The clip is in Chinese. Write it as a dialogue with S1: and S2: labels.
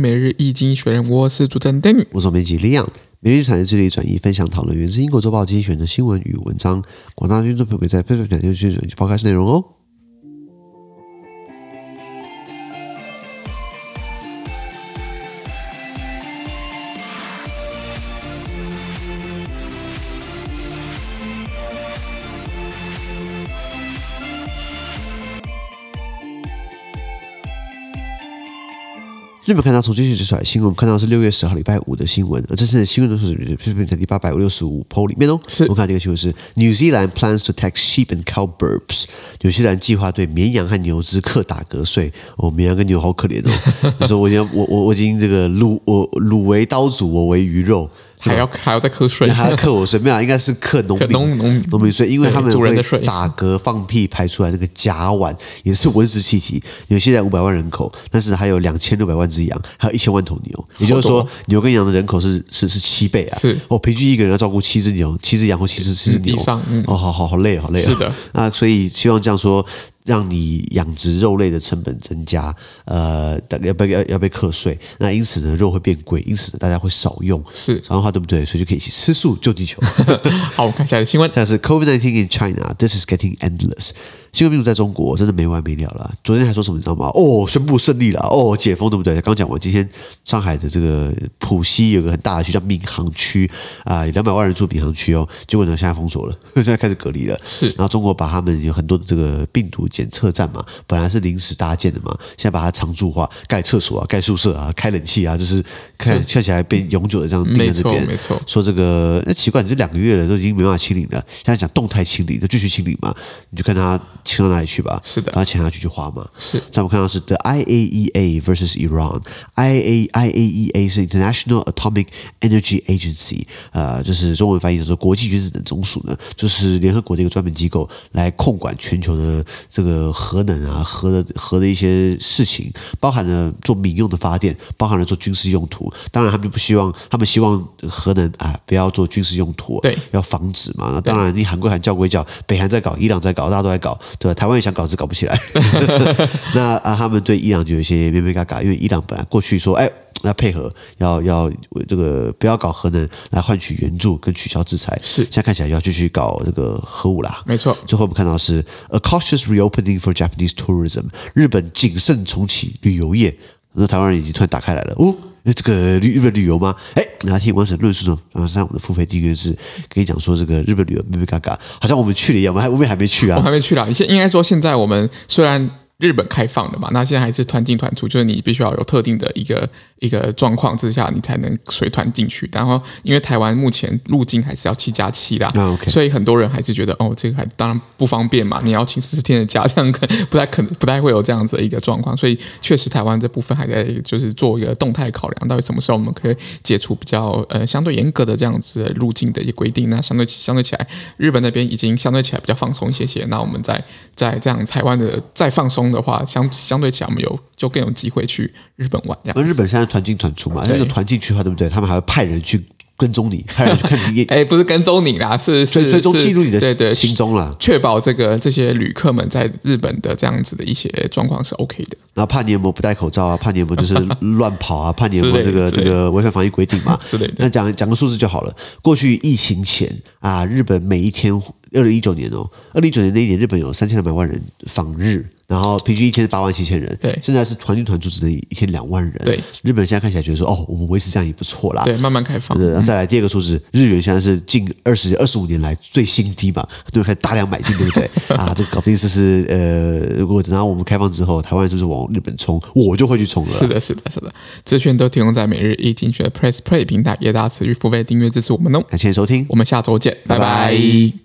S1: 每日易经学人，我是主持人 Danny。
S2: 我是总编辑 Leon。每日产业致力转移分享讨论源自英国周报精选的新闻与文章，广大听众朋友可以在 Facebook 两天去转移 Podcast 内容哦。日本看到从经济局出来的新闻，我们看到是六月十号礼拜五的新闻，而这次的新闻都是哦日本在第八百六十五 p 里面哦。
S1: 是
S2: 我们看到这个新闻是 New Zealand plans to tax sheep and cow burps，纽西兰计划对绵羊和牛只课打嗝税。哦，绵羊跟牛好可怜 哦。你说我已经我我我已经这个卤我卤为刀俎，我为鱼肉，是吧
S1: 还要还要再瞌睡，
S2: 还要克我税，没有，应该是克农
S1: 克
S2: 民
S1: 农农民
S2: 农民税，因为
S1: 对
S2: 他们
S1: 主人
S2: 会
S1: 的税
S2: 打嗝、放屁排出来那个甲烷，也是温室气体。纽西兰五百万人口，但是还有两千六百万只羊，还有一千万头牛，也就是
S1: 好
S2: 说
S1: 多，
S2: 牛跟羊的人口是是是七倍啊！
S1: 是
S2: 哦，平均一个人要照顾七只牛、七只羊或七只七只牛
S1: 以上嗯
S2: 哦，好好好累，好累、啊。
S1: 是的，
S2: 那所以希望这样说，让你养殖肉类的成本增加，呃，要被要要被课税，那因此呢，肉会变贵，因此呢，大家会少用，
S1: 是
S2: 少用的话，对不对？所以就可以一起吃素救地球。
S1: 好，我们看下一个新闻。
S2: 像是 COVID-19 in China, this is getting endless。新冠病毒在中国真的没完没了了。昨天还说什么你知道吗？哦，宣布胜利了，哦，解封对不对？刚讲完，今天上海的这个浦西有个很大的区叫闵行区啊，两、0百万人住闵行区哦，结果呢现在封锁了， 现在开始隔离了。
S1: 是
S2: 然后中国把他们有很多的这个病毒检测站嘛，本来是临时搭建的嘛，现在把它常驻化，盖厕所啊，盖宿舍啊，开冷气啊，就是看看起来变永久的这样定在这边。
S1: 嗯没错没错
S2: 说这个那奇怪，你这两个月了，都已经没办法清零了，现在讲动态清零，就继续清零嘛，你就看它清到哪里去吧。
S1: 是的
S2: 把它潜下去就花嘛。
S1: 是
S2: 再我们看到是 The IAEA versus Iran。IA E IAEA 是 International Atomic Energy Agency，呃，就是中文翻译叫做国际原子能总署呢，就是联合国的一个专门机构，来控管全球的这个核能啊、核的核的一些事情，包含了做民用的发电，包含了做军事用途。当然，他们就不希望，他们希望核能啊不要做军事用途，
S1: 对
S2: 要防止嘛。那当然，你韩归韩，教归教，北韩在搞，伊朗在搞，大家都在搞，对吧？台湾也想搞，只是搞不 起来。那啊，他们对伊朗就有一些咩咩嘎嘎，因为伊朗本来过去说，哎。要配合，要要这个不要搞核能来换取援助跟取消制裁，
S1: 是
S2: 现在看起来要继续搞这个核武啦，
S1: 没错
S2: 最后我们看到是 a cautious reopening for Japanese tourism，日本谨慎重启旅游业。那台湾人已经突然打开来了，哦，那这个日日本旅游吗？哎，然后听完整论述呢，然后上我们的付费订阅制，跟你讲说这个日本旅游咩咩嘎嘎，好像我们去了一样，我们还我们也还没去
S1: 我
S2: 啊。
S1: 还没去啦。现应该说，现在我们虽然日本开放了嘛，那现在还是团进团出，就是你必须要有特定的一个一个状况之下，你才能随团进去。然后，因为台湾目前入境还是要七加七啦、
S2: 啊，OK
S1: 所以很多人还是觉得哦，这个还当然不方便嘛，你要请十四天的假，这样可不太可能不太会有这样子的一个状况。所以，确实台湾这部分还在就是做一个动态考量，到底什么时候我们可以解除比较呃相对严格的这样子的呃入境的一些规定。那相对相对起来，日本那边已经相对起来比较放松一些些。那我们在在这样台湾的再放松的话，相相对起来我们有就更有机会去日本玩这
S2: 那
S1: 样。
S2: 日本现在团进团出嘛，那个团进去的话，对不对？他们还会派人去跟踪你，派人去看 你
S1: 哎，不是跟踪你啦，是
S2: 追
S1: 是
S2: 追踪
S1: 是
S2: 记录你的
S1: 对对
S2: 行踪啦。
S1: 确保这个这些旅客们在日本的这样子的一些状况是 OK 的。
S2: 然后怕你有没有不戴口罩啊，怕你有没有就是 乱跑啊，怕你有没有
S1: 之
S2: 这
S1: 类的
S2: 个
S1: 之
S2: 这
S1: 类的
S2: 个违反防疫规定嘛
S1: 之类的
S2: 那讲讲个数字就好了。过去疫情前啊，日本每一天，二零一九年哦，二零一九年那一年，日本有三千两百万人访日。然后平均一天八万七千人，
S1: 对
S2: 现在是团进团出只能一天两万人，
S1: 对，
S2: 日本现在看起来觉得说，哦，我们维持这样也不错啦，
S1: 对，慢慢开放。
S2: 对，然后再来第二个数字，日元现在是近二十二十五年来最新低嘛，对，开始大量买进，对 不对？啊，这搞不定是不是呃，如果等到我们开放之后，台湾人是不是往日本冲？我就会去冲了啦。
S1: 是的，是的，是的，资讯都提供在每日一精选的 Press Play 平台，也大家持续付费订阅支持我们哦。
S2: 感谢收听，
S1: 我们下周见，拜
S2: 拜
S1: 拜
S2: 拜